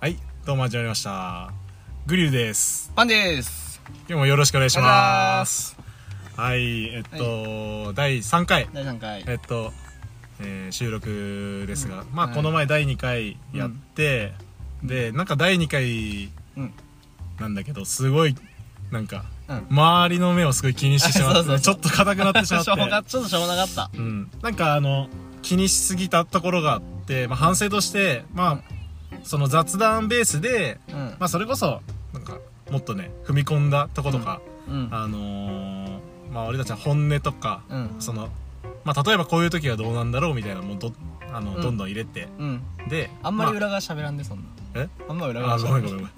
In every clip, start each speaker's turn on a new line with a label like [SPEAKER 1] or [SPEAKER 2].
[SPEAKER 1] はいどうも始まりましたグリルです
[SPEAKER 2] パンです
[SPEAKER 1] 今日もよろしくお願いしますはいえっと、第3回
[SPEAKER 2] 第3回
[SPEAKER 1] えっと、えー収録ですが、
[SPEAKER 2] うん
[SPEAKER 1] まあ
[SPEAKER 2] はい
[SPEAKER 1] この前第2回やって、でなんか第2回
[SPEAKER 2] うん
[SPEAKER 1] なんだけどすごいなんか
[SPEAKER 2] うん
[SPEAKER 1] 周りの目をすごい気にしてしまって、
[SPEAKER 2] そうそう
[SPEAKER 1] ち
[SPEAKER 2] そ
[SPEAKER 1] ょっと硬くなってし
[SPEAKER 2] ち
[SPEAKER 1] ま
[SPEAKER 2] ょ
[SPEAKER 1] っ
[SPEAKER 2] っとしょうもな
[SPEAKER 1] て、
[SPEAKER 2] ちょっとしょうもなかった
[SPEAKER 1] うん、なんかあの気にしすぎたところがあって、まあ、反省としてまあその雑談ベースで
[SPEAKER 2] うん
[SPEAKER 1] まあ、それこそなんかもっとね踏み込んだとことか、
[SPEAKER 2] うん
[SPEAKER 1] あのーまあ、俺たちの本音とか、
[SPEAKER 2] うん
[SPEAKER 1] そのまあ、例えばこういう時はどうなんだろうみたいなのもどあの、
[SPEAKER 2] うん
[SPEAKER 1] どんどん入れて
[SPEAKER 2] うん
[SPEAKER 1] で
[SPEAKER 2] あんまり裏側喋らんでそんな
[SPEAKER 1] え
[SPEAKER 2] あんま裏
[SPEAKER 1] まあ、あ
[SPEAKER 2] 側
[SPEAKER 1] ごめんごめんご
[SPEAKER 2] ん
[SPEAKER 1] めん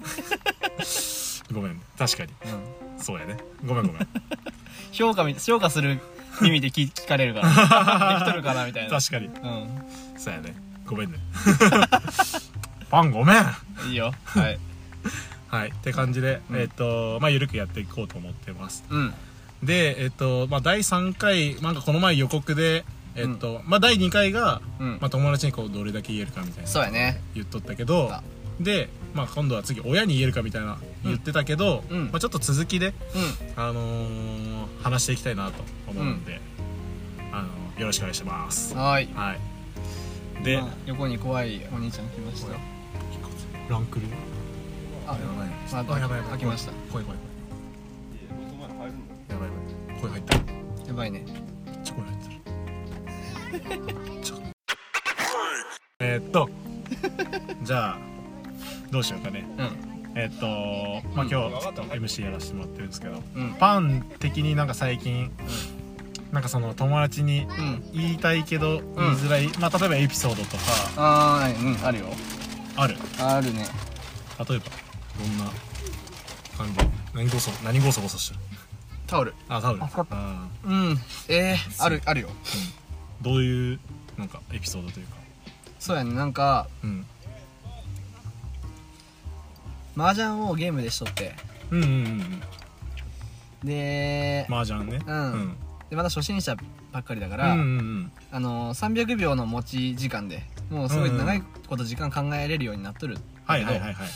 [SPEAKER 1] ごめん確かにそうやねごめんごめん
[SPEAKER 2] 評価み評価する意味で聞聞かれるから できとるかなみたいな
[SPEAKER 1] 確かに
[SPEAKER 2] う
[SPEAKER 1] そうやねごめんね パンごめん
[SPEAKER 2] んいいよはい
[SPEAKER 1] はいって感じで、
[SPEAKER 2] うん
[SPEAKER 1] えっ、とまあゆるくやっていこうと思ってます
[SPEAKER 2] うん
[SPEAKER 1] でえっとまあ第3回なんかこの前予告でえっと、まあ第2回が、
[SPEAKER 2] うん
[SPEAKER 1] まあ、友達にこうどれだけ言えるかみたいな
[SPEAKER 2] そうやね
[SPEAKER 1] 言っとったけど
[SPEAKER 2] あ
[SPEAKER 1] で、まあ、今度は次親に言えるかみたいな言ってたけど、
[SPEAKER 2] うん
[SPEAKER 1] まあ、ちょっと続きで、
[SPEAKER 2] うん
[SPEAKER 1] あのー話していきたいなと思うんで、あのよろしくお願いします、
[SPEAKER 2] はーい
[SPEAKER 1] はいで、
[SPEAKER 2] まあ横に怖いお兄ちゃん来ました
[SPEAKER 1] おやランクル
[SPEAKER 2] あ
[SPEAKER 1] やばい
[SPEAKER 2] まあ
[SPEAKER 1] あやばいやばい
[SPEAKER 2] 開きました
[SPEAKER 1] 声声声やばいやばい声入ってる
[SPEAKER 2] やばいね
[SPEAKER 1] チョコレートちょえーっとじゃあどうしようかね
[SPEAKER 2] うん
[SPEAKER 1] えーっとまあ今日ちょっと MC やらせてもらってるんですけど
[SPEAKER 2] うん
[SPEAKER 1] パン的になんか最近なんかその友達に
[SPEAKER 2] うん
[SPEAKER 1] 言いたいけど言いづらい、まあ例えばエピソードとか
[SPEAKER 2] あーうんあるよ
[SPEAKER 1] ある
[SPEAKER 2] あるね
[SPEAKER 1] 例えばどんな感じ何ゴソ何ゴソゴソしてる
[SPEAKER 2] タオル
[SPEAKER 1] あタオル
[SPEAKER 2] あ使っ
[SPEAKER 1] あー
[SPEAKER 2] うんえー、あるあるよ
[SPEAKER 1] どういうなんかエピソードというか
[SPEAKER 2] そうやねなんか
[SPEAKER 1] うん
[SPEAKER 2] 麻雀をゲームでしとって
[SPEAKER 1] うんうんうんうん
[SPEAKER 2] で,、
[SPEAKER 1] 麻雀ね
[SPEAKER 2] うんでまだ初心者ばっかりだか
[SPEAKER 1] うん
[SPEAKER 2] ら、
[SPEAKER 1] うんうん
[SPEAKER 2] あのー300秒の持ち時間でもうすごい
[SPEAKER 1] うんうん
[SPEAKER 2] 長いこと時間考えれるようになっとるんだけど
[SPEAKER 1] はいはいはいはい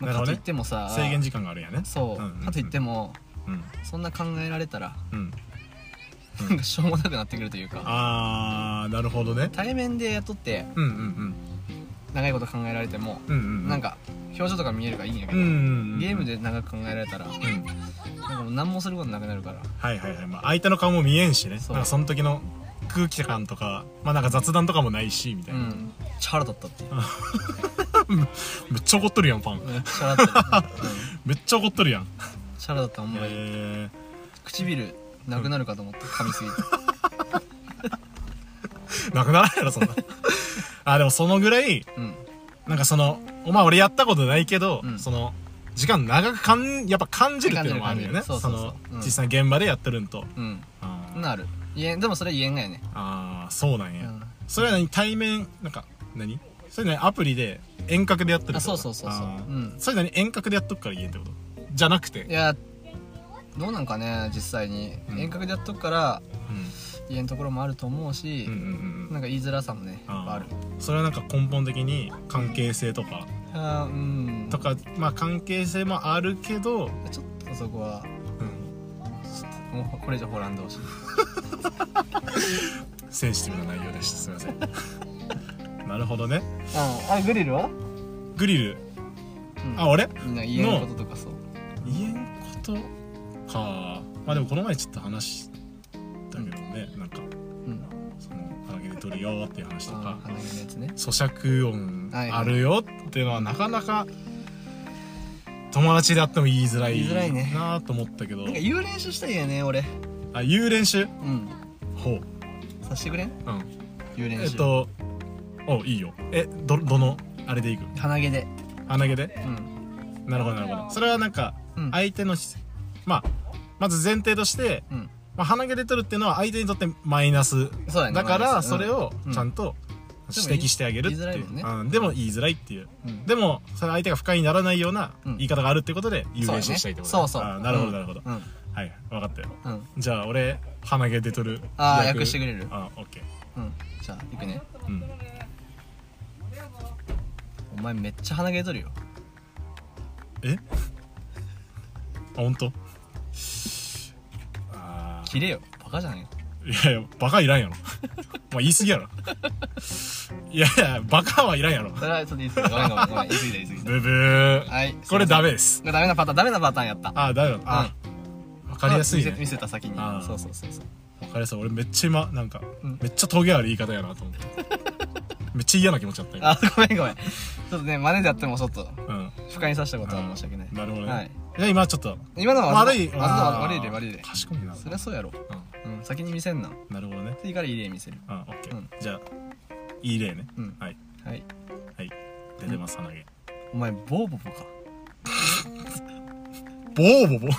[SPEAKER 2] ま
[SPEAKER 1] なるほ
[SPEAKER 2] あ、
[SPEAKER 1] ど
[SPEAKER 2] かと
[SPEAKER 1] ね
[SPEAKER 2] いってもさ
[SPEAKER 1] 制限時間があるんやね
[SPEAKER 2] そ
[SPEAKER 1] う
[SPEAKER 2] う、
[SPEAKER 1] んうんうん
[SPEAKER 2] かといっても
[SPEAKER 1] うん
[SPEAKER 2] そんな考えられたら
[SPEAKER 1] うんうん
[SPEAKER 2] なんかしょうもなくなってくるというか
[SPEAKER 1] あーなるほどね
[SPEAKER 2] 対面でやっとって
[SPEAKER 1] うんうん
[SPEAKER 2] 長いこと考えられても
[SPEAKER 1] うんうんうん
[SPEAKER 2] なんか表情とか見えるからいいんやけ
[SPEAKER 1] う
[SPEAKER 2] ど、
[SPEAKER 1] んうんうん
[SPEAKER 2] ゲームで長く考えられたらなん
[SPEAKER 1] うん
[SPEAKER 2] かもう何もすることなくなるから
[SPEAKER 1] はいはいはいまあ相手の顔も見えんしね
[SPEAKER 2] そう
[SPEAKER 1] なんかその時の空気感とかまあなんか雑談とかもないしみた
[SPEAKER 2] う
[SPEAKER 1] いな、
[SPEAKER 2] んチャラだったっていう
[SPEAKER 1] めっちゃ怒っとるやんパン
[SPEAKER 2] めっちゃラだった、うん
[SPEAKER 1] めっちゃ怒っとるやんへ
[SPEAKER 2] チャラだったお前、
[SPEAKER 1] え
[SPEAKER 2] 唇なくなるかと思って噛みすぎて
[SPEAKER 1] なくならんやろそんな あでもそのぐらい
[SPEAKER 2] うん
[SPEAKER 1] なんかそのお前俺やったことないけど、
[SPEAKER 2] うん
[SPEAKER 1] その時間長くかんやっぱ感じるっていうのもあるよね
[SPEAKER 2] 感じ
[SPEAKER 1] そ
[SPEAKER 2] る感じるそうそう
[SPEAKER 1] の
[SPEAKER 2] そううん
[SPEAKER 1] 実際現場でやってるんと
[SPEAKER 2] うん
[SPEAKER 1] あー
[SPEAKER 2] なる言えんでもそれ言えんがやね
[SPEAKER 1] あーそうなん
[SPEAKER 2] う
[SPEAKER 1] や、
[SPEAKER 2] ん
[SPEAKER 1] それは何対面なんか何それ何アプリで遠隔でやってるって
[SPEAKER 2] あ
[SPEAKER 1] こと
[SPEAKER 2] そうそうそうそう
[SPEAKER 1] あー
[SPEAKER 2] うん
[SPEAKER 1] それ何遠隔でやっとくから言えんってことじゃなくて
[SPEAKER 2] いやどうなんかね実際に
[SPEAKER 1] うん
[SPEAKER 2] 遠隔でやっとくから
[SPEAKER 1] うん
[SPEAKER 2] 言えんところもあると思うし
[SPEAKER 1] うんうんうんう
[SPEAKER 2] なんんか言いづらさもねやっぱある
[SPEAKER 1] それはなんか根本的に関係性とか
[SPEAKER 2] あーうん
[SPEAKER 1] とかまあ関係性もあるけど、
[SPEAKER 2] ちょっとそこは
[SPEAKER 1] うん、
[SPEAKER 2] もうこれ以上ホランどうしい
[SPEAKER 1] センシティブな内容でしたすいません なるほどね
[SPEAKER 2] ああグリルは、
[SPEAKER 1] グリル
[SPEAKER 2] うん、
[SPEAKER 1] あ俺
[SPEAKER 2] みんな言えんこととかそう
[SPEAKER 1] 言えんことかまあでもこの前ちょっと話したけどねなんか
[SPEAKER 2] うん
[SPEAKER 1] その鼻毛で取るよっていう話と
[SPEAKER 2] あ
[SPEAKER 1] か
[SPEAKER 2] ー鼻毛のやつね
[SPEAKER 1] 咀嚼音
[SPEAKER 2] はいはい
[SPEAKER 1] あるよっていうのはなかなか友達であっても言いづらい
[SPEAKER 2] 言いづらいね
[SPEAKER 1] なと思ったけど
[SPEAKER 2] なんか言う練習したいよね俺
[SPEAKER 1] あ言う練習
[SPEAKER 2] うん
[SPEAKER 1] ほう
[SPEAKER 2] さしてくれん
[SPEAKER 1] うん
[SPEAKER 2] 言う練習
[SPEAKER 1] えっとおいいよえどどのあれでいく
[SPEAKER 2] 鼻毛で
[SPEAKER 1] 鼻毛で
[SPEAKER 2] うん
[SPEAKER 1] なるほどなるほどそれはなんか
[SPEAKER 2] うん
[SPEAKER 1] 相手の姿勢まあまず前提として、
[SPEAKER 2] うん
[SPEAKER 1] まあ、鼻毛で取るっていうのは相手にとってマイナス
[SPEAKER 2] そうやね
[SPEAKER 1] だからそれ
[SPEAKER 2] を
[SPEAKER 1] を
[SPEAKER 2] うん
[SPEAKER 1] ちゃんと指摘してあげるって
[SPEAKER 2] でも
[SPEAKER 1] いう
[SPEAKER 2] 言いづらいも
[SPEAKER 1] うんでも言いづらいっていう
[SPEAKER 2] うん
[SPEAKER 1] でもそれ相手が不快にならないような
[SPEAKER 2] うん
[SPEAKER 1] 言い方があるってことで言う練習したいってことね
[SPEAKER 2] そうそう
[SPEAKER 1] あーなるほど
[SPEAKER 2] うん
[SPEAKER 1] なるほど
[SPEAKER 2] うん
[SPEAKER 1] はい分かったよ
[SPEAKER 2] うん
[SPEAKER 1] じゃあ俺鼻毛出とる
[SPEAKER 2] ああ訳してくれる
[SPEAKER 1] あオッケ
[SPEAKER 2] うんじゃあいくね
[SPEAKER 1] ーうん
[SPEAKER 2] お前めっちゃ鼻毛取るよ
[SPEAKER 1] え あ本当あ
[SPEAKER 2] 切れよバカじゃね
[SPEAKER 1] ーいやいやバカいらんやろ お前言い過ぎやろいやいやバカはいらんやろ
[SPEAKER 2] えそれはちょっと言い過ぎたごめんご めんごめん言い過ぎた言い過ぎ
[SPEAKER 1] ブブー
[SPEAKER 2] たはい
[SPEAKER 1] これダ
[SPEAKER 2] メ
[SPEAKER 1] メです
[SPEAKER 2] ダメなパターンダメなパターンやった
[SPEAKER 1] あーダメだあーわかりやすいね
[SPEAKER 2] 見せ見せた先に
[SPEAKER 1] あー
[SPEAKER 2] そうそうそうそう
[SPEAKER 1] わかりやすい俺めっちゃ今なんか、
[SPEAKER 2] うん
[SPEAKER 1] めっちゃトゲある言い方やなと思って めっちゃ嫌な気持ちだった今
[SPEAKER 2] あごめんごめんちょっとね真似でやってもちょっと
[SPEAKER 1] うん
[SPEAKER 2] 不快にさせたことは申し訳ない
[SPEAKER 1] なるほどね、
[SPEAKER 2] はい
[SPEAKER 1] じゃあ今ちょっと
[SPEAKER 2] 今のは
[SPEAKER 1] 悪い
[SPEAKER 2] わざわざ
[SPEAKER 1] あー
[SPEAKER 2] 悪い例悪い例
[SPEAKER 1] 賢いな、
[SPEAKER 2] そりゃそうやろうん先に見せんな
[SPEAKER 1] うんなるほどね
[SPEAKER 2] 次からいい例見せる
[SPEAKER 1] うんオッケー、
[SPEAKER 2] うん
[SPEAKER 1] じゃあいい例ね
[SPEAKER 2] うん
[SPEAKER 1] はい
[SPEAKER 2] はい
[SPEAKER 1] 出てます鼻毛
[SPEAKER 2] お前ボーボボか
[SPEAKER 1] ボーボボ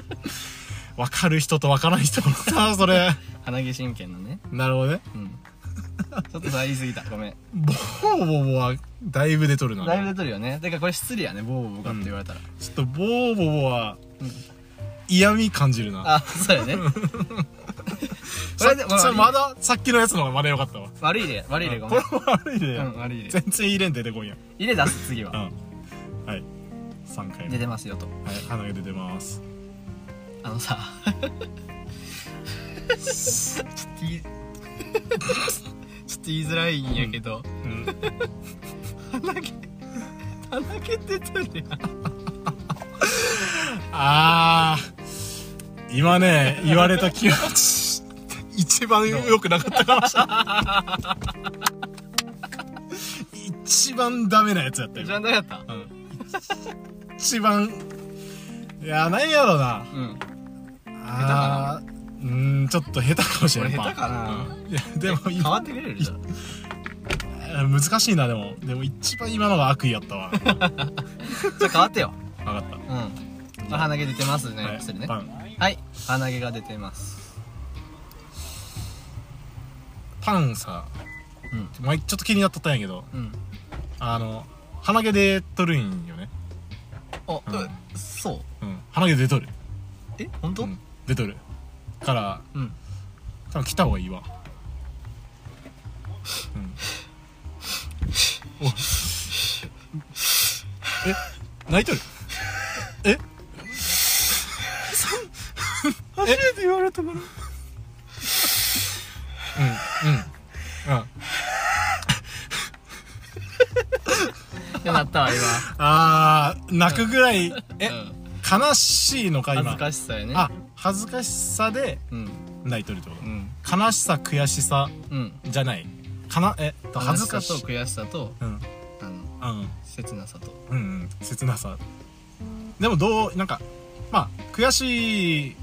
[SPEAKER 1] わかる人とわからない人もさそれ
[SPEAKER 2] 鼻毛神剣のね
[SPEAKER 1] なるほどね
[SPEAKER 2] うん ちょっとさ言い過ぎたごめん
[SPEAKER 1] ボーボボはだいぶ出とるな
[SPEAKER 2] だいぶ出とるよねてかこれ失礼やねボーボボかって言われたら
[SPEAKER 1] ちょっとボーボボは
[SPEAKER 2] うん
[SPEAKER 1] 嫌味感じるな
[SPEAKER 2] あそう やねこ
[SPEAKER 1] さ
[SPEAKER 2] れでまあ
[SPEAKER 1] それまださっきのやつの方がまだ良かったわ
[SPEAKER 2] 悪い例悪い例ご
[SPEAKER 1] こ
[SPEAKER 2] めん
[SPEAKER 1] れも悪い例
[SPEAKER 2] う
[SPEAKER 1] や、
[SPEAKER 2] ん悪い例
[SPEAKER 1] 全然入れん出てこいやん
[SPEAKER 2] 入れ出す次
[SPEAKER 1] う
[SPEAKER 2] は
[SPEAKER 1] んはい3回目
[SPEAKER 2] 出てますよと
[SPEAKER 1] はい鼻毛出てます
[SPEAKER 2] あ のさちょっと言いちょっと言いづらいんやけど、
[SPEAKER 1] うん
[SPEAKER 2] 鼻毛鼻毛出てるやん
[SPEAKER 1] あー今ね言われた気持ち一番良くなかったかもしれない一番ダメなやつやったよ
[SPEAKER 2] 一番ダメだった
[SPEAKER 1] うん一番いやなんやろな
[SPEAKER 2] うん
[SPEAKER 1] あーうーんちょっと下手かもしれない
[SPEAKER 2] 俺下手かな
[SPEAKER 1] うんいやでも
[SPEAKER 2] 変わってくれるじゃん
[SPEAKER 1] 難しいなでもでも一番今のが悪意やったわ分か
[SPEAKER 2] じゃあ変わってよ
[SPEAKER 1] った
[SPEAKER 2] うんこれ鼻毛出てます ね薬ね
[SPEAKER 1] パン
[SPEAKER 2] はい鼻毛が出てます
[SPEAKER 1] パンさ
[SPEAKER 2] うん
[SPEAKER 1] 前ちょっと気になっとったんやけど
[SPEAKER 2] うん
[SPEAKER 1] あの鼻毛でとるんよね
[SPEAKER 2] あ、
[SPEAKER 1] うん
[SPEAKER 2] えそう
[SPEAKER 1] うん鼻毛出とる
[SPEAKER 2] え本当
[SPEAKER 1] うん出とるから
[SPEAKER 2] うん
[SPEAKER 1] 多分来た方がいいわうんおえ泣いとるえ
[SPEAKER 2] 初めて言われたから
[SPEAKER 1] うんうんうん
[SPEAKER 2] よかったわ今
[SPEAKER 1] あー泣くぐらい え
[SPEAKER 2] うん
[SPEAKER 1] 悲しいのか
[SPEAKER 2] 恥
[SPEAKER 1] 今
[SPEAKER 2] ずかしさやね
[SPEAKER 1] あ恥ずかしさで
[SPEAKER 2] うん
[SPEAKER 1] 泣いとるってこ
[SPEAKER 2] うん
[SPEAKER 1] と悲しさ悔しさ
[SPEAKER 2] うん
[SPEAKER 1] じゃないかなえ恥ずかし
[SPEAKER 2] 悲
[SPEAKER 1] い
[SPEAKER 2] さと悔しさと
[SPEAKER 1] うん
[SPEAKER 2] あの
[SPEAKER 1] うん
[SPEAKER 2] 切なさと
[SPEAKER 1] うんうん切なさでもどうなんかまあ悔しい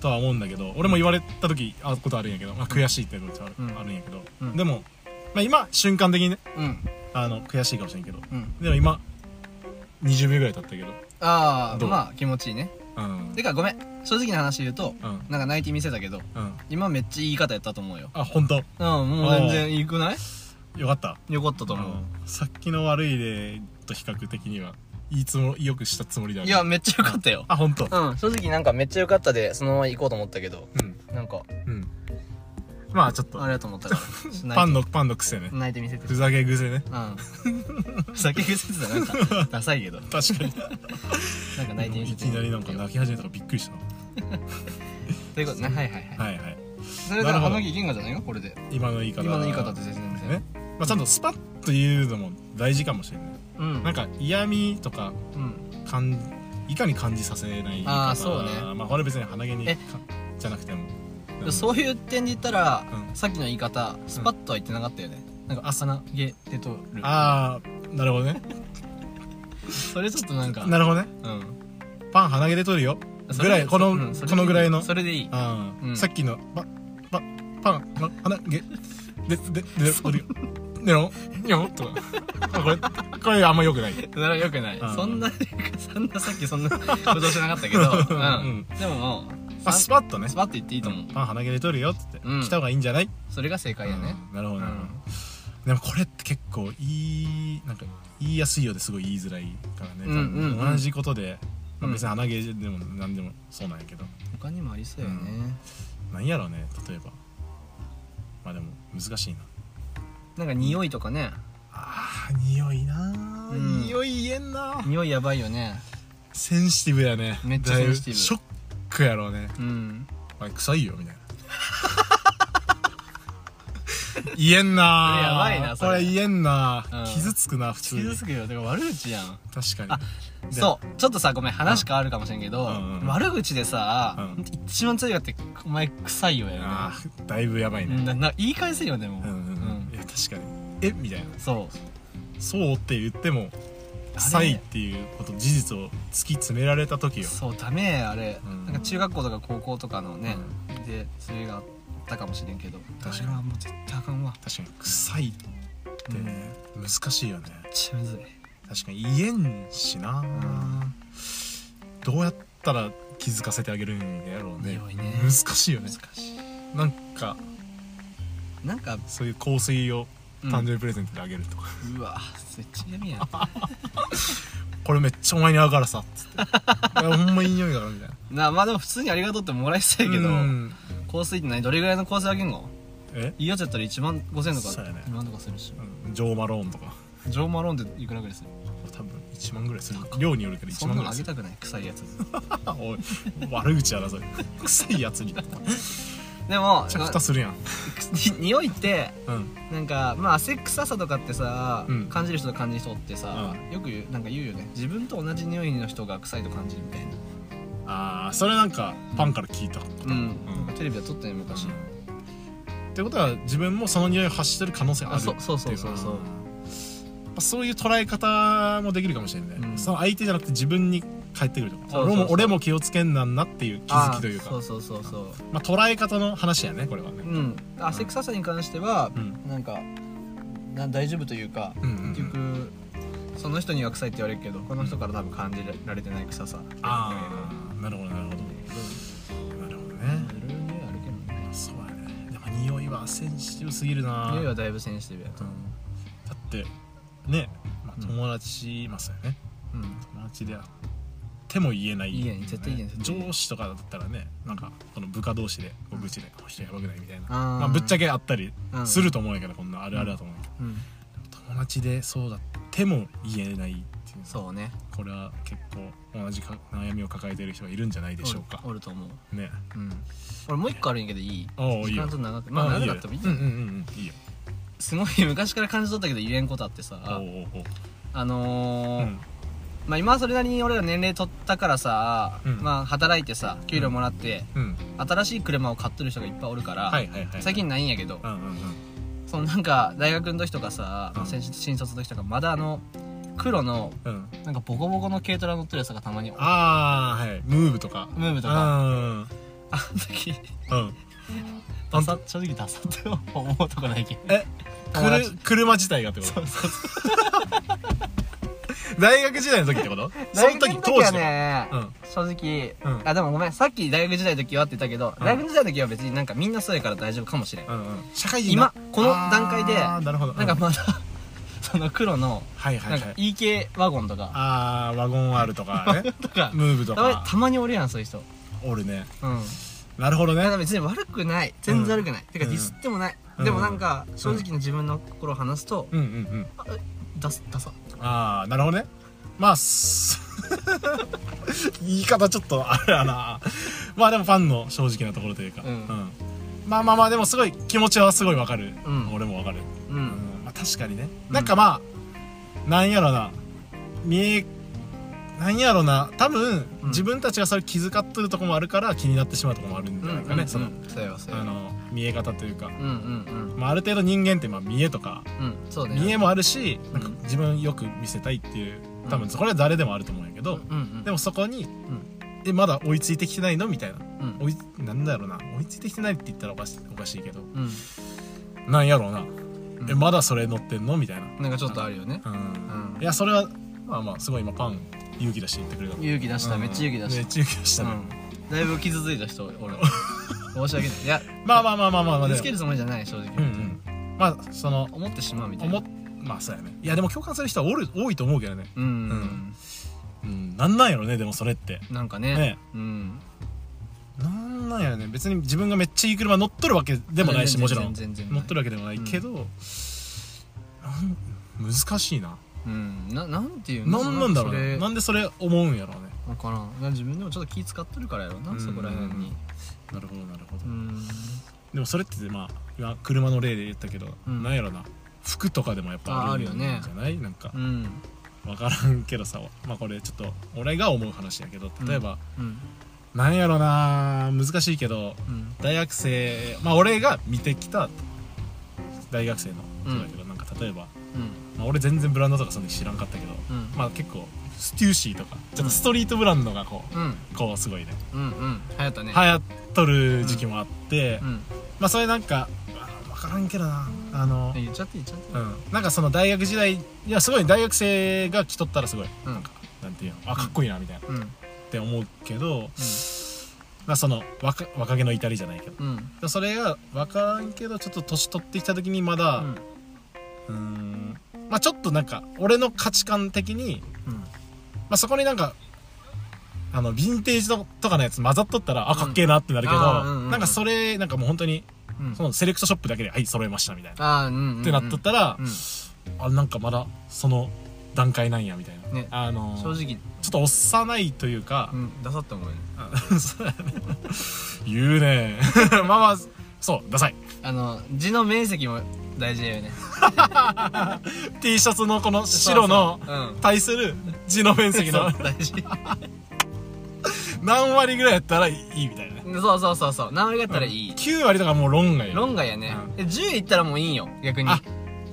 [SPEAKER 1] とは思うんだけど俺も言われた時あことあるんやけど、まあ、悔しいってことはある,、
[SPEAKER 2] うん
[SPEAKER 1] ん、やけど、
[SPEAKER 2] うん
[SPEAKER 1] でも、まあ、今瞬間的にね
[SPEAKER 2] うん
[SPEAKER 1] あの悔しいかもしれんけど
[SPEAKER 2] うん
[SPEAKER 1] でも今20秒ぐらい経ったけど
[SPEAKER 2] ああ
[SPEAKER 1] どう
[SPEAKER 2] まあ気持ちいいね
[SPEAKER 1] うん
[SPEAKER 2] てかごめん正直な話言うと
[SPEAKER 1] うん
[SPEAKER 2] なんか泣いて見せたけど
[SPEAKER 1] うん
[SPEAKER 2] 今めっちゃいい方やったと思うよ
[SPEAKER 1] あ本当
[SPEAKER 2] うんもう全然いくない
[SPEAKER 1] よかった
[SPEAKER 2] よかったと
[SPEAKER 1] う
[SPEAKER 2] 思
[SPEAKER 1] んさっきの悪い例と比較的にはいいつもよくしたつもりだ
[SPEAKER 2] う
[SPEAKER 1] よ
[SPEAKER 2] いやめっちゃよかったよ
[SPEAKER 1] あ本当
[SPEAKER 2] うん正直なんかめっちゃよかったでそのまま行こうと思ったけど
[SPEAKER 1] うん
[SPEAKER 2] なんか
[SPEAKER 1] うんまあちょっと
[SPEAKER 2] あれだと思ったから
[SPEAKER 1] パン
[SPEAKER 2] の
[SPEAKER 1] のパンの癖ね
[SPEAKER 2] 泣いてみせて
[SPEAKER 1] ふざけ癖ね
[SPEAKER 2] うん。 酒癖ってなんかダサいけど、
[SPEAKER 1] 確かに
[SPEAKER 2] なんか泣いてみせ
[SPEAKER 1] い
[SPEAKER 2] て。
[SPEAKER 1] きなりなんか泣き始めたからびっくりした
[SPEAKER 2] ということね、はいはいはい。
[SPEAKER 1] はいはい
[SPEAKER 2] それで
[SPEAKER 1] なるほ
[SPEAKER 2] は
[SPEAKER 1] ど
[SPEAKER 2] の木銀河じゃないよ、これで。
[SPEAKER 1] 今の言い方
[SPEAKER 2] 今の言い方って全然。
[SPEAKER 1] ね、まあ、ちゃんとスパッと言うのも大事かもしれない
[SPEAKER 2] うん。
[SPEAKER 1] なんか嫌味とか
[SPEAKER 2] うん。
[SPEAKER 1] かんいかに感じさせない言い方
[SPEAKER 2] あーそうね
[SPEAKER 1] まあこれ別に鼻毛に
[SPEAKER 2] え
[SPEAKER 1] かじゃなくても
[SPEAKER 2] でもそういう点で言ったら、
[SPEAKER 1] うん
[SPEAKER 2] さっきの言い方、スパッとは言ってなかったよね。なんか、朝なげてとる。
[SPEAKER 1] ああなるほどね
[SPEAKER 2] それちょっとなんか、
[SPEAKER 1] なるほどね
[SPEAKER 2] うん。
[SPEAKER 1] パン鼻毛で取るよ
[SPEAKER 2] そ
[SPEAKER 1] ぐ
[SPEAKER 2] れ
[SPEAKER 1] らいこの、
[SPEAKER 2] うんそれで
[SPEAKER 1] このぐらいの
[SPEAKER 2] それでいい。
[SPEAKER 1] あー
[SPEAKER 2] うん
[SPEAKER 1] さっきのパパパンは鼻毛でででで取るよでろにょとかあこれこれあんま良くない
[SPEAKER 2] それは良くない。
[SPEAKER 1] うん
[SPEAKER 2] そんな、 そんなさっきそんな、ことしなかったけど、うん。でももう、
[SPEAKER 1] あスパッとね
[SPEAKER 2] スパッと言っていいと思う。
[SPEAKER 1] パン鼻毛で取るよっつって、
[SPEAKER 2] うん
[SPEAKER 1] 来た方がいいんじゃない
[SPEAKER 2] それが正解やね。
[SPEAKER 1] うんなるほ
[SPEAKER 2] う
[SPEAKER 1] どなるほど、
[SPEAKER 2] ん。
[SPEAKER 1] でもこれって結構言いなんか言いやすいようですごい言いづらいからね、
[SPEAKER 2] うんうんうん
[SPEAKER 1] 同じことで、まあ、
[SPEAKER 2] うん
[SPEAKER 1] 別に鼻毛でも何でもそうなんやけど、
[SPEAKER 2] 他にもありそうよね。
[SPEAKER 1] なんやろうね例えばまあでも難しいな
[SPEAKER 2] なんか匂いとかね
[SPEAKER 1] あー匂いなあ、
[SPEAKER 2] うん
[SPEAKER 1] 匂い言えんなあ
[SPEAKER 2] 匂いやばいよね
[SPEAKER 1] センシティブやね
[SPEAKER 2] めっちゃセンシテ
[SPEAKER 1] だい
[SPEAKER 2] ィブ
[SPEAKER 1] ぶショックやろうね
[SPEAKER 2] うん
[SPEAKER 1] お前臭いよ みたいな言えんなあ
[SPEAKER 2] やばいなそ
[SPEAKER 1] こ
[SPEAKER 2] れ
[SPEAKER 1] れ言えんなあ、
[SPEAKER 2] うん
[SPEAKER 1] 傷つくな普通に
[SPEAKER 2] 傷つくよてか悪口やん
[SPEAKER 1] 確か
[SPEAKER 2] あ
[SPEAKER 1] にで
[SPEAKER 2] そうちょっとさごめん話変わるかもしれんけど、
[SPEAKER 1] うんうん
[SPEAKER 2] 悪口でさ、
[SPEAKER 1] うん
[SPEAKER 2] 一番強いやってお前臭いよや
[SPEAKER 1] あーだいぶやばい
[SPEAKER 2] る
[SPEAKER 1] ね
[SPEAKER 2] ねなな言い返せよで
[SPEAKER 1] う
[SPEAKER 2] も、
[SPEAKER 1] んうんうん、いや確かにえみたいな
[SPEAKER 2] そう
[SPEAKER 1] そうって言っても
[SPEAKER 2] あれ
[SPEAKER 1] 臭いっていうこと事実を突き詰められた時よ
[SPEAKER 2] そうダメあれ、
[SPEAKER 1] うん
[SPEAKER 2] なんか中学校とか高校とかのね、でそれがあったかもしれんけど
[SPEAKER 1] 確かに
[SPEAKER 2] あれはもう絶対あかんわ
[SPEAKER 1] 確かに臭いってね、難しいよね
[SPEAKER 2] ちむずい
[SPEAKER 1] 確かに言えんしな、
[SPEAKER 2] ん
[SPEAKER 1] どうやったら気づかせてあげるんやろうね
[SPEAKER 2] 匂いね
[SPEAKER 1] 難しいよね
[SPEAKER 2] 難し
[SPEAKER 1] なんか
[SPEAKER 2] いなんか
[SPEAKER 1] そういう香水を
[SPEAKER 2] うん
[SPEAKER 1] 誕生日プレゼントであげるとか、
[SPEAKER 2] うわめっちゃ嫌みやん
[SPEAKER 1] これめっちゃお前に合うからさっ つっていやほんまいい匂いだからみたいな
[SPEAKER 2] なまあでも普通にありがとうってもらいたいけど、
[SPEAKER 1] うん
[SPEAKER 2] 香水って何どれぐらいの香水あげんの
[SPEAKER 1] え
[SPEAKER 2] いいやつやったら1万5000円と
[SPEAKER 1] そ
[SPEAKER 2] か
[SPEAKER 1] うやね
[SPEAKER 2] 2万とかするし
[SPEAKER 1] うんジョー・マローンとか
[SPEAKER 2] ジョー・マローンっていくらぐらいする
[SPEAKER 1] 多分1万ぐらいする
[SPEAKER 2] 高っ
[SPEAKER 1] 量によるけど1
[SPEAKER 2] そん
[SPEAKER 1] 万
[SPEAKER 2] な
[SPEAKER 1] ぐ
[SPEAKER 2] の
[SPEAKER 1] らい
[SPEAKER 2] あげ
[SPEAKER 1] する
[SPEAKER 2] たくない臭いや
[SPEAKER 1] お
[SPEAKER 2] つ
[SPEAKER 1] い悪口や なそれ臭いやつにめ
[SPEAKER 2] でも
[SPEAKER 1] ちゃくたするやん
[SPEAKER 2] に匂いって
[SPEAKER 1] うん
[SPEAKER 2] なんかまあ汗臭さとかってさ、
[SPEAKER 1] うん
[SPEAKER 2] 感じる人と感じる人ってさ、よく言うなんか言うよね自分と同じ匂いの人が臭いと感じるみたいな
[SPEAKER 1] ああそれなんかパンから聞いたことある
[SPEAKER 2] うん、
[SPEAKER 1] うん
[SPEAKER 2] なんかテレビで撮ったね昔、
[SPEAKER 1] ってことは自分もその匂いを発してる可能性ある
[SPEAKER 2] あそうそうそう
[SPEAKER 1] ってい
[SPEAKER 2] そうそう
[SPEAKER 1] やっぱそういう捉え方もできるかもしれない、
[SPEAKER 2] うん
[SPEAKER 1] その相手じゃなくて自分に返ってくるとか
[SPEAKER 2] そうそうそう
[SPEAKER 1] 俺も俺も気をつけんなんなっていう気づきという
[SPEAKER 2] あ
[SPEAKER 1] か
[SPEAKER 2] そうそうそうそう
[SPEAKER 1] まあ、捉え方の話やねこれはね
[SPEAKER 2] うん汗臭さに関しては、
[SPEAKER 1] うん
[SPEAKER 2] なんかな大丈夫というか、
[SPEAKER 1] うんうんうん
[SPEAKER 2] 結局その人には臭いって言われるけど他の人から多分感じられてない臭さ
[SPEAKER 1] ああなるほどなるほどなるほどね
[SPEAKER 2] いろいろ匂いあるけどね
[SPEAKER 1] そうやねでも匂いはセンシティブすぎるな
[SPEAKER 2] 匂いはだいぶセンシティブや
[SPEAKER 1] うんだってね、まあ、友達いますよね、
[SPEAKER 2] うん
[SPEAKER 1] 友達であっても言えない、
[SPEAKER 2] 言えん絶対言えん絶対言えん
[SPEAKER 1] 上司とかだったらねなんかこの部下同士でこう愚痴で「この人やばくない」みたいな
[SPEAKER 2] あー
[SPEAKER 1] まあ、ぶっちゃけあったり
[SPEAKER 2] うん
[SPEAKER 1] すると思うんやけどこんなあるあるだと思うんやけど、
[SPEAKER 2] うん
[SPEAKER 1] 友達でそうだっても言えないっていう
[SPEAKER 2] そうね
[SPEAKER 1] これは結構同じか悩みを抱えている人がいるんじゃないでしょうか
[SPEAKER 2] おるおると思う
[SPEAKER 1] ね
[SPEAKER 2] うん俺もう一個あるんやけどいい
[SPEAKER 1] おういい
[SPEAKER 2] 時
[SPEAKER 1] よ
[SPEAKER 2] 間と長くまあ長かったもいい
[SPEAKER 1] うんうんうんうんいいよ
[SPEAKER 2] すごい昔から感じ取ったけど言えんことあっ
[SPEAKER 1] お
[SPEAKER 2] て
[SPEAKER 1] う
[SPEAKER 2] さ
[SPEAKER 1] おうおう
[SPEAKER 2] あの
[SPEAKER 1] う
[SPEAKER 2] ー
[SPEAKER 1] ん
[SPEAKER 2] まあ今はそれなりに俺ら年齢取ったからさ、
[SPEAKER 1] うん
[SPEAKER 2] まあ働いてさ給料もらって、
[SPEAKER 1] うん
[SPEAKER 2] 新しい車を買ってる人がいっぱいおるから、
[SPEAKER 1] はいはいはい
[SPEAKER 2] 最近ないんやけど、
[SPEAKER 1] うんうんうん
[SPEAKER 2] そのなんか大学の時とかさ、
[SPEAKER 1] うん
[SPEAKER 2] 先日新卒の時とかまだあの黒の
[SPEAKER 1] うん
[SPEAKER 2] なんかボコボコの軽トラ乗ってるやつがたまに
[SPEAKER 1] ああはいムーブとか
[SPEAKER 2] ムーブとか
[SPEAKER 1] あ
[SPEAKER 2] あの時
[SPEAKER 1] ーうんうん
[SPEAKER 2] ダサ正直ダサって思うとこないけど
[SPEAKER 1] え
[SPEAKER 2] 友達
[SPEAKER 1] くる車自体がってこと
[SPEAKER 2] そうそう
[SPEAKER 1] 大学時代の時ってことそ
[SPEAKER 2] 大
[SPEAKER 1] の
[SPEAKER 2] 学
[SPEAKER 1] 時
[SPEAKER 2] の時
[SPEAKER 1] 当
[SPEAKER 2] は
[SPEAKER 1] 時ね
[SPEAKER 2] ね、
[SPEAKER 1] うん
[SPEAKER 2] 正直、
[SPEAKER 1] うん
[SPEAKER 2] あでもごめんさっき大学時代の時はって言ったけど、
[SPEAKER 1] うん
[SPEAKER 2] 大学時代の時は別になんかみんなそうやから大丈夫かもしれん、
[SPEAKER 1] うんうん社会人
[SPEAKER 2] 今
[SPEAKER 1] な
[SPEAKER 2] この段階で
[SPEAKER 1] あーなるほど
[SPEAKER 2] なんかまだ その黒の
[SPEAKER 1] うんはいは
[SPEAKER 2] ないん
[SPEAKER 1] は
[SPEAKER 2] か
[SPEAKER 1] い
[SPEAKER 2] EK ワゴンとか
[SPEAKER 1] ああワゴン R とか ね
[SPEAKER 2] とか
[SPEAKER 1] ムーブと
[SPEAKER 2] たま
[SPEAKER 1] か
[SPEAKER 2] たまにおるやんそういう人
[SPEAKER 1] おるね
[SPEAKER 2] うん
[SPEAKER 1] なるほど
[SPEAKER 2] いや
[SPEAKER 1] ね
[SPEAKER 2] でも別に悪くない全然悪くない、てかディスってもない、
[SPEAKER 1] うん
[SPEAKER 2] でもなんか
[SPEAKER 1] うん
[SPEAKER 2] 正直に自分の心を話すと、
[SPEAKER 1] うんうんうん
[SPEAKER 2] ダサダサ
[SPEAKER 1] ああなるほどねまあす 言い方ちょっとあれやなまあでもファンの正直なところというか
[SPEAKER 2] う
[SPEAKER 1] う
[SPEAKER 2] ん
[SPEAKER 1] んまあまあまあでもすごい気持ちはすごいわかる
[SPEAKER 2] うん
[SPEAKER 1] 俺もわかる
[SPEAKER 2] うん、
[SPEAKER 1] うんまあ、確かにね、
[SPEAKER 2] うん
[SPEAKER 1] なんかまあなんやろな見えなんやろな多分、
[SPEAKER 2] うん
[SPEAKER 1] 自分たちがそれ気遣ってるとこもあるから気になってしまうとこもあるんじゃないかね、その
[SPEAKER 2] そうよそうよ
[SPEAKER 1] あの見え方というか、
[SPEAKER 2] うんうん
[SPEAKER 1] まあ、ある程度人間ってまあ見えとか、
[SPEAKER 2] うんうんそうね
[SPEAKER 1] 見えもあるし、
[SPEAKER 2] ん
[SPEAKER 1] なんか自分よく見せたいっていう多
[SPEAKER 2] うん
[SPEAKER 1] 分それは誰でもあると思うんやけど、
[SPEAKER 2] うんうん
[SPEAKER 1] でもそこに、
[SPEAKER 2] ん
[SPEAKER 1] えまだ追いついてきてないのみたいな
[SPEAKER 2] うん
[SPEAKER 1] 追いなんだろうな追いついてきてないって言ったらおかしおかしいけど
[SPEAKER 2] うん
[SPEAKER 1] なんやろうな、
[SPEAKER 2] うん
[SPEAKER 1] えまだそれ乗ってんのみたいな
[SPEAKER 2] なんかちょっとあるよね
[SPEAKER 1] うん
[SPEAKER 2] うん
[SPEAKER 1] いやそれはまあまあすごい今パン勇気出して言ってくれた
[SPEAKER 2] 勇気出した、
[SPEAKER 1] うん
[SPEAKER 2] めっちゃ勇気出し
[SPEAKER 1] め
[SPEAKER 2] た
[SPEAKER 1] っちゃ勇気出したね
[SPEAKER 2] うんだいぶ傷ついた人俺 申し訳ないいや
[SPEAKER 1] まあまあまあまあまあまあで
[SPEAKER 2] 傷つけ
[SPEAKER 1] も
[SPEAKER 2] るつもりじゃない正直、
[SPEAKER 1] うんうんまあその
[SPEAKER 2] 思ってしまうみたい
[SPEAKER 1] 思っ
[SPEAKER 2] な
[SPEAKER 1] まあそうやねいやでも共感する人はおる多いと思うけどね
[SPEAKER 2] うん、
[SPEAKER 1] うんうんなんなんやろねでもそれって
[SPEAKER 2] なんかね
[SPEAKER 1] ね
[SPEAKER 2] うん
[SPEAKER 1] なんなんやろね別に自分がめっちゃいい車乗っとるわけでもないしもちろん
[SPEAKER 2] 全然全然
[SPEAKER 1] 乗っとるわけでもないけどなん難しいな
[SPEAKER 2] うんななんていう
[SPEAKER 1] 何なんだろうね
[SPEAKER 2] な
[SPEAKER 1] なん
[SPEAKER 2] か
[SPEAKER 1] んでそれ思うんやろうね
[SPEAKER 2] それわからんいや自分でもちょっと気使ってるからやろ
[SPEAKER 1] う
[SPEAKER 2] なんそこら辺に
[SPEAKER 1] なるほどなるほど、
[SPEAKER 2] うん
[SPEAKER 1] でもそれってまあ今車の例で言ったけど、
[SPEAKER 2] うん
[SPEAKER 1] なんやろな服とかでもやっぱあるん
[SPEAKER 2] ああるよね
[SPEAKER 1] じゃないなんか
[SPEAKER 2] うん
[SPEAKER 1] 分からんけどさまあこれちょっと俺が思う話やけど例えば、
[SPEAKER 2] うん
[SPEAKER 1] なんやろな難しいけど
[SPEAKER 2] うん
[SPEAKER 1] 大学生まあ俺が見てきた大学生のそうだけど、なんか例えば、まあ、俺全然ブランドとかそんなに知らんかったけど
[SPEAKER 2] うん
[SPEAKER 1] まあ結構ステューシーとかちょっとストリートブランドがこう、
[SPEAKER 2] うん
[SPEAKER 1] こうすごいね
[SPEAKER 2] うんうん流行ったね
[SPEAKER 1] 流行っとる時期もあって、
[SPEAKER 2] うん
[SPEAKER 1] まあそれなんか分からんけどなあの、
[SPEAKER 2] 言っちゃって言っちゃって
[SPEAKER 1] うん、なんかその大学時代いやすごい大学生が着とったらすごい、
[SPEAKER 2] うん
[SPEAKER 1] なんかなんていうのあかっこいいなみたいな、
[SPEAKER 2] うん
[SPEAKER 1] って思うけど、まあその若若気の至りじゃないけど
[SPEAKER 2] うん
[SPEAKER 1] でそれが分からんけどちょっと年取ってきた時にまだ
[SPEAKER 2] うん
[SPEAKER 1] うーんまあちょっとなんか俺の価値観的に、
[SPEAKER 2] うん
[SPEAKER 1] まあ、そこになんかあのヴィンテージのとかのやつ混ざっとったら、あかっけえなってなるけど、
[SPEAKER 2] あーうんうんうん
[SPEAKER 1] なんかそれなんかもう本当に
[SPEAKER 2] うん
[SPEAKER 1] そのセレクトショップだけではい揃えましたみたいな、
[SPEAKER 2] ああうんうんうん
[SPEAKER 1] ってなっとったら、
[SPEAKER 2] うん
[SPEAKER 1] あなんかまだその段階なんやみたいな、
[SPEAKER 2] ね
[SPEAKER 1] あの
[SPEAKER 2] 正直
[SPEAKER 1] ちょっと幼いというか
[SPEAKER 2] う、んダサったもんね
[SPEAKER 1] あそうやね 言うね まあまあそうダサい
[SPEAKER 2] あの字の面積も大事だよね
[SPEAKER 1] T シャツのこの白の
[SPEAKER 2] そうそう
[SPEAKER 1] 対する字の面積
[SPEAKER 2] う
[SPEAKER 1] の
[SPEAKER 2] ん そう大事
[SPEAKER 1] 何割ぐらいやったらいいみたいなね
[SPEAKER 2] そうそうそうそう何割だったらいい
[SPEAKER 1] 9割とかもう論外やね
[SPEAKER 2] 論外やねえ10いったらもういいんよ逆に
[SPEAKER 1] あ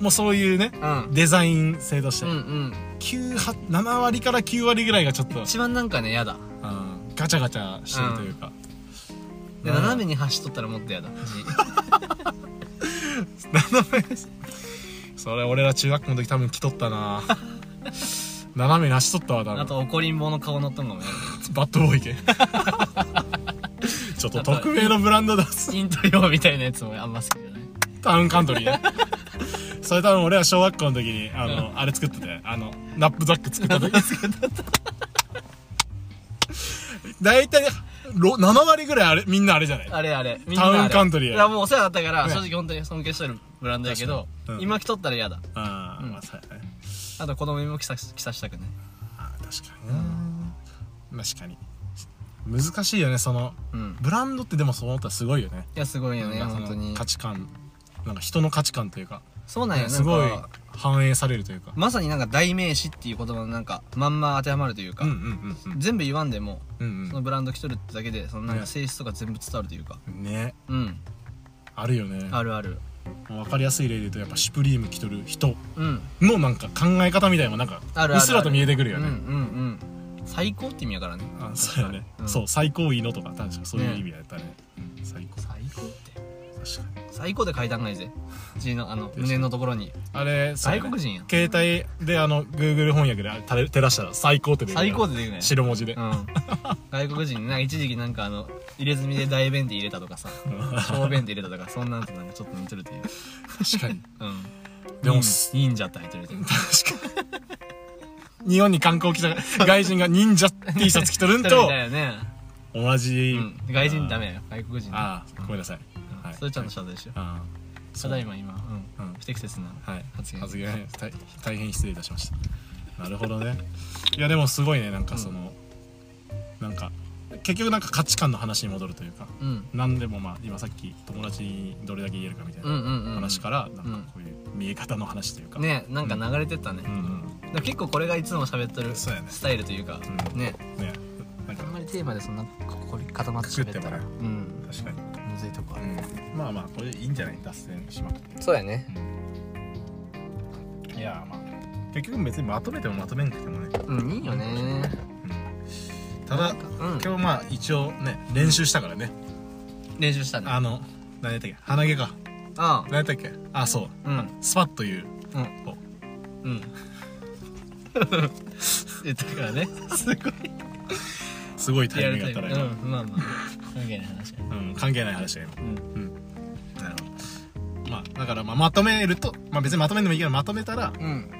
[SPEAKER 1] もうそういうね
[SPEAKER 2] うん
[SPEAKER 1] デザイン性とし
[SPEAKER 2] う
[SPEAKER 1] て、
[SPEAKER 2] んうん
[SPEAKER 1] 9 8 7割から9割ぐらいがちょっと、
[SPEAKER 2] 一番なんかねやだ
[SPEAKER 1] うんガチャガチャしてるというか、
[SPEAKER 2] で
[SPEAKER 1] うん
[SPEAKER 2] 斜めに走っとったらもっとやだ字
[SPEAKER 1] 斜めそれ俺ら中学校の時多分着とった な斜めに走っとったわ多分
[SPEAKER 2] あと怒りん坊の顔乗っとんのもやだ
[SPEAKER 1] バッドボーイ 系ちょっと匿名のブランド出す
[SPEAKER 2] イント用みたいなやつもあんま好きじゃない
[SPEAKER 1] タウンカントリーねそれ多分俺は小学校の時にあの、あれ作っててあのナップザック作った 時大体ろ7割ぐらいあれみんなあれじゃない
[SPEAKER 2] あれあれみんな
[SPEAKER 1] タ
[SPEAKER 2] あれ
[SPEAKER 1] ウンカントリー
[SPEAKER 2] い
[SPEAKER 1] や
[SPEAKER 2] やもうお世話だったから
[SPEAKER 1] ね
[SPEAKER 2] 正直本当に尊敬してるブランドやけ
[SPEAKER 1] 確
[SPEAKER 2] ど
[SPEAKER 1] かにうん
[SPEAKER 2] 今着とったら嫌だ
[SPEAKER 1] あー、まあそうやね
[SPEAKER 2] あと子供にも着さ着さしたくない
[SPEAKER 1] あー確かにな、確かに難しいよねその
[SPEAKER 2] うん
[SPEAKER 1] ブランドってでもそう思ったらすごいよね
[SPEAKER 2] いやすごいよね
[SPEAKER 1] なんかその
[SPEAKER 2] 本当に
[SPEAKER 1] 価値観なんか人の価値観というか、
[SPEAKER 2] そうなんや
[SPEAKER 1] すごい
[SPEAKER 2] なんか
[SPEAKER 1] 反映されるというか
[SPEAKER 2] まさになんか代名詞っていう言葉のなんかまんま当てはまるというか
[SPEAKER 1] うんうんうん
[SPEAKER 2] 全部言わんでも
[SPEAKER 1] うん
[SPEAKER 2] そ
[SPEAKER 1] うん
[SPEAKER 2] のブランド着とるってだけでそのなん
[SPEAKER 1] ね
[SPEAKER 2] か性質とか全部伝わるというか
[SPEAKER 1] うんね
[SPEAKER 2] うん
[SPEAKER 1] あるよね
[SPEAKER 2] あるある
[SPEAKER 1] 分かりやすい例で言うとやっぱシュプリーム着とる人
[SPEAKER 2] うん
[SPEAKER 1] のなんか考え方みたいなのもなんか
[SPEAKER 2] あるある
[SPEAKER 1] うっすらと見えてくる
[SPEAKER 2] うんう
[SPEAKER 1] よ
[SPEAKER 2] んう
[SPEAKER 1] ね
[SPEAKER 2] ん最高って意味やからね
[SPEAKER 1] あそうやね
[SPEAKER 2] うん
[SPEAKER 1] そう最高位のとか確かそういう意味やったねうん最高
[SPEAKER 2] 最高って
[SPEAKER 1] 確かに
[SPEAKER 2] 最高で書いたんないぜ字のあの胸のところに
[SPEAKER 1] あれそうやね
[SPEAKER 2] 外国人やん
[SPEAKER 1] 携帯であの Google 翻訳であれ垂れ照らしたら最高って出てくる
[SPEAKER 2] 最高で出てくるね
[SPEAKER 1] 白文字で
[SPEAKER 2] うん外国人なんか一時期なんかあの入れ墨で大便で入れたとかさ小便で入れたとかそんなんとなんかちょっと似てるという
[SPEAKER 1] 確かに
[SPEAKER 2] うん
[SPEAKER 1] でもす
[SPEAKER 2] 忍者って入ってるという
[SPEAKER 1] 確かに日本に観光来た外人が忍者 T シャツ着とるん
[SPEAKER 2] み
[SPEAKER 1] と
[SPEAKER 2] たいよね
[SPEAKER 1] 同じ、
[SPEAKER 2] うん外人ダメよ外国人
[SPEAKER 1] ああごめんなさい、はい、
[SPEAKER 2] それちゃんと謝罪しよ
[SPEAKER 1] あ
[SPEAKER 2] うただいま今うん
[SPEAKER 1] うん
[SPEAKER 2] 不適切な
[SPEAKER 1] あはい
[SPEAKER 2] 発言
[SPEAKER 1] 発言大大変失礼いたしましたなるほどねいやでもすごいねなんかその、なんか結局なんか価値観の話に戻るというか
[SPEAKER 2] うん
[SPEAKER 1] 何でもまあ今さっき友達にどれだけ言えるかみたい
[SPEAKER 2] うん
[SPEAKER 1] な
[SPEAKER 2] うんうん
[SPEAKER 1] 話からなんかこういう見え方の話というか、
[SPEAKER 2] ねなんか流れてったね
[SPEAKER 1] うんうん
[SPEAKER 2] でも結構これがいつも喋ってる
[SPEAKER 1] そうやね
[SPEAKER 2] スタイルというか
[SPEAKER 1] うん
[SPEAKER 2] ね
[SPEAKER 1] ねなん
[SPEAKER 2] あ
[SPEAKER 1] か
[SPEAKER 2] んまりテーマでそんなここに固まって喋ったら
[SPEAKER 1] くく
[SPEAKER 2] うん
[SPEAKER 1] 確かに、
[SPEAKER 2] むずいとこある
[SPEAKER 1] まあまあこれいいんじゃない脱線しまくって
[SPEAKER 2] そうやね
[SPEAKER 1] いやまあ結局別にまとめてもまとめなくてもね、
[SPEAKER 2] うんいいよね
[SPEAKER 1] ただ
[SPEAKER 2] うん
[SPEAKER 1] 今日まあ一応ね練習したからね、
[SPEAKER 2] 練習したね
[SPEAKER 1] あの何やったっけ鼻毛か
[SPEAKER 2] あ
[SPEAKER 1] 何やったっけあそう
[SPEAKER 2] うん
[SPEAKER 1] スパッという
[SPEAKER 2] うん
[SPEAKER 1] こう
[SPEAKER 2] うん 言ったからねすごい
[SPEAKER 1] すごいタ
[SPEAKER 2] リア
[SPEAKER 1] イミン
[SPEAKER 2] ル
[SPEAKER 1] グ
[SPEAKER 2] タ
[SPEAKER 1] だ
[SPEAKER 2] イ
[SPEAKER 1] った
[SPEAKER 2] ム
[SPEAKER 1] ら
[SPEAKER 2] う
[SPEAKER 1] 今、
[SPEAKER 2] んまあまあ関係ない話やね
[SPEAKER 1] うん関係ない話が今
[SPEAKER 2] うん
[SPEAKER 1] なるほどまあだからまあまとめると、まあ、別にまとめんでもいいけどまとめたら
[SPEAKER 2] うん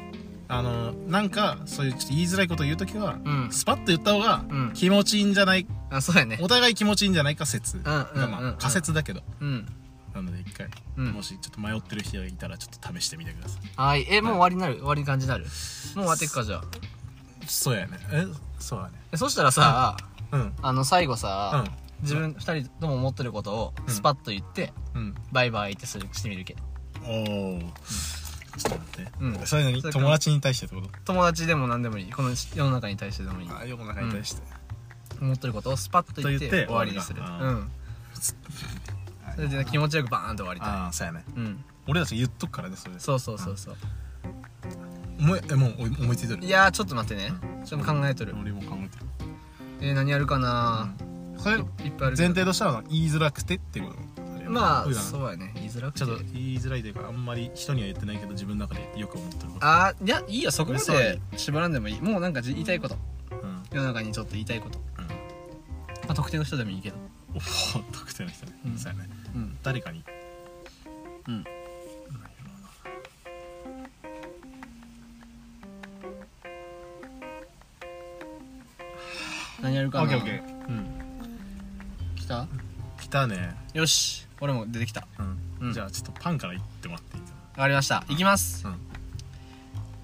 [SPEAKER 1] あのなんかそういうちょっと言いづらいことを言うときは、
[SPEAKER 2] うん
[SPEAKER 1] スパッと言った方が
[SPEAKER 2] うん
[SPEAKER 1] 気持ちいいんじゃない、
[SPEAKER 2] あそうやね
[SPEAKER 1] お互い気持ちいいんじゃないか説
[SPEAKER 2] うんうん
[SPEAKER 1] がまあ
[SPEAKER 2] うんうん
[SPEAKER 1] 仮説だけど
[SPEAKER 2] うん
[SPEAKER 1] なので一回、
[SPEAKER 2] うん
[SPEAKER 1] もしちょっと迷ってる人がいたらちょっと試してみてください
[SPEAKER 2] はいえもう終わりになる終わりに感じになるもう終わってくかじゃあ
[SPEAKER 1] そうやねえそうやね
[SPEAKER 2] えそしたらさ
[SPEAKER 1] うん
[SPEAKER 2] あの最後
[SPEAKER 1] う
[SPEAKER 2] さ
[SPEAKER 1] ん
[SPEAKER 2] 自分2人とも思ってることをスパッと言って
[SPEAKER 1] うん
[SPEAKER 2] バイバイってするしてみるけ
[SPEAKER 1] おお、ちょっと待って、
[SPEAKER 2] うん
[SPEAKER 1] そういうのに
[SPEAKER 2] それから
[SPEAKER 1] 友達に対してってこ
[SPEAKER 2] 友達でも何でもいいこの世の中に対してでもいい
[SPEAKER 1] とあ世の中に対して、
[SPEAKER 2] 思ってることをスパッと言って
[SPEAKER 1] と言って
[SPEAKER 2] 終わりにするう
[SPEAKER 1] 終わりだ
[SPEAKER 2] んそれで気持ちよくバーンと終わりた
[SPEAKER 1] ああそうやね
[SPEAKER 2] いうん
[SPEAKER 1] 俺たち言っとくからねそれ
[SPEAKER 2] そうそうそうそう
[SPEAKER 1] 思いえもうおい思いついてる
[SPEAKER 2] いやーちょっと待ってねちょっと考えとる
[SPEAKER 1] 俺も考えてる
[SPEAKER 2] えー何やるかな
[SPEAKER 1] それ
[SPEAKER 2] いっぱいあるけ
[SPEAKER 1] 前
[SPEAKER 2] ど
[SPEAKER 1] 提としては言いづらくてっていうことだよね
[SPEAKER 2] まあ
[SPEAKER 1] 普段
[SPEAKER 2] そうやね言いづらくて
[SPEAKER 1] ちょっと言いづらいというかあんまり人には言ってないけど自分の中でよく思ってること
[SPEAKER 2] あーいやいいよそこま
[SPEAKER 1] 嘘や
[SPEAKER 2] で縛らんでもいいもうなんかじ言いたいこと
[SPEAKER 1] うん
[SPEAKER 2] 世の中にちょっと言いたいこと、
[SPEAKER 1] うん
[SPEAKER 2] まあ、特定の人でもいいけど
[SPEAKER 1] おお特定の人ね、
[SPEAKER 2] うん
[SPEAKER 1] そうやね
[SPEAKER 2] うん
[SPEAKER 1] 誰かに
[SPEAKER 2] うん何やる
[SPEAKER 1] オ
[SPEAKER 2] かな
[SPEAKER 1] ッケーオッケーうん
[SPEAKER 2] 来た
[SPEAKER 1] 来たね
[SPEAKER 2] よし俺も出てきた
[SPEAKER 1] うん、
[SPEAKER 2] うん
[SPEAKER 1] じゃあちょっとパンから言ってもらっていいかな
[SPEAKER 2] わかりました行きます、
[SPEAKER 1] うん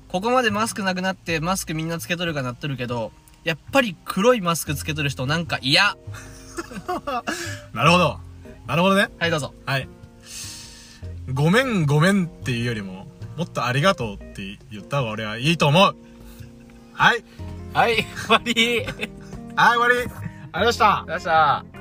[SPEAKER 2] ここまでマスクなくなってマスクみんなつけとるかなっとるけどやっぱり黒いマスクつけとる人なんか嫌
[SPEAKER 1] なるほどなるほどね
[SPEAKER 2] はいどうぞ
[SPEAKER 1] はいごめんごめんっていうよりももっとありがとうって言った方が俺はいいと思うはい
[SPEAKER 2] はい終わりありがとう
[SPEAKER 1] はい終わりありがとうございました
[SPEAKER 2] ございました